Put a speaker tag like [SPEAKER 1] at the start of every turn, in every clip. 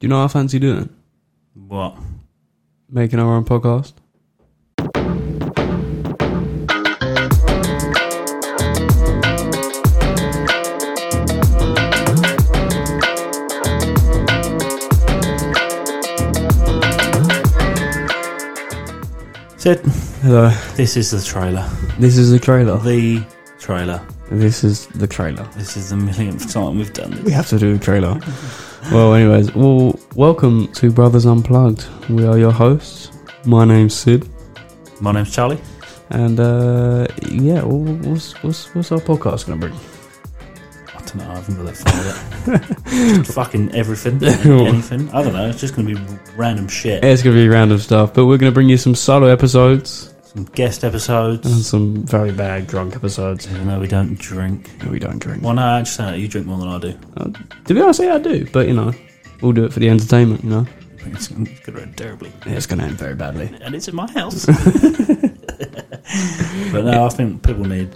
[SPEAKER 1] you know what I fancy doing?
[SPEAKER 2] What?
[SPEAKER 1] Making our own podcast.
[SPEAKER 2] Sid,
[SPEAKER 1] Hello.
[SPEAKER 2] this is the trailer.
[SPEAKER 1] This is the trailer.
[SPEAKER 2] The trailer.
[SPEAKER 1] This is the trailer.
[SPEAKER 2] This is the millionth time we've done this.
[SPEAKER 1] We have to do a trailer. well, anyways, well, welcome to Brothers Unplugged. We are your hosts. My name's Sid,
[SPEAKER 2] My name's Charlie.
[SPEAKER 1] and uh, yeah, well, what's what's what's our podcast gonna bring?
[SPEAKER 2] I don't know, I haven't got that far yet. Just fucking everything, anything. I don't know, it's just going to be random shit.
[SPEAKER 1] It's gonna be random stuff, but we're gonna bring you some solo episodes
[SPEAKER 2] Some guest
[SPEAKER 1] and
[SPEAKER 2] episodes,
[SPEAKER 1] some Mm. very bad drunk episodes.
[SPEAKER 2] even though we don't drink.
[SPEAKER 1] No, we don't drink.
[SPEAKER 2] Well, no, I understand that. You drink more than I do.
[SPEAKER 1] To be honest, yeah, I do, but you know, we'll do it for the entertainment. You know,
[SPEAKER 2] It's going to end terribly.
[SPEAKER 1] it's gonna end very badly.
[SPEAKER 2] And it's in my house. but no, I think people need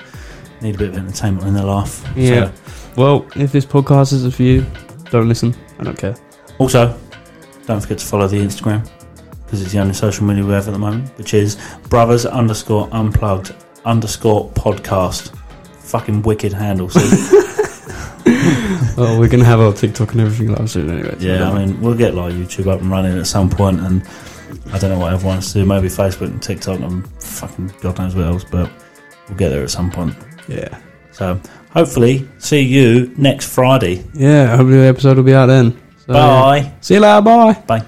[SPEAKER 2] need a bit of entertainment in their life. So-
[SPEAKER 1] Yeah. Well, if this podcast isn't for you, don't listen. I don't care.
[SPEAKER 2] Also, don't forget to follow the Instagram because it's the only social media we have at the moment, which is brothers underscore unplugged underscore podcast. Fucking wicked handle. See?
[SPEAKER 1] Oh, we're gonna have our TikTok and everything live soon, anyway. so
[SPEAKER 2] yeah, I mean, we'll get like YouTube up and running at some point, and I don't know what everyone wants to do. Maybe Facebook and TikTok and fucking God knows what else, but we'll get there at some point.
[SPEAKER 1] yeah,
[SPEAKER 2] So hopefully, see you next Friday.
[SPEAKER 1] yeah. Hopefully, the episode will be out then. So,
[SPEAKER 2] Bye.
[SPEAKER 1] See you later. Bye.
[SPEAKER 2] Bye.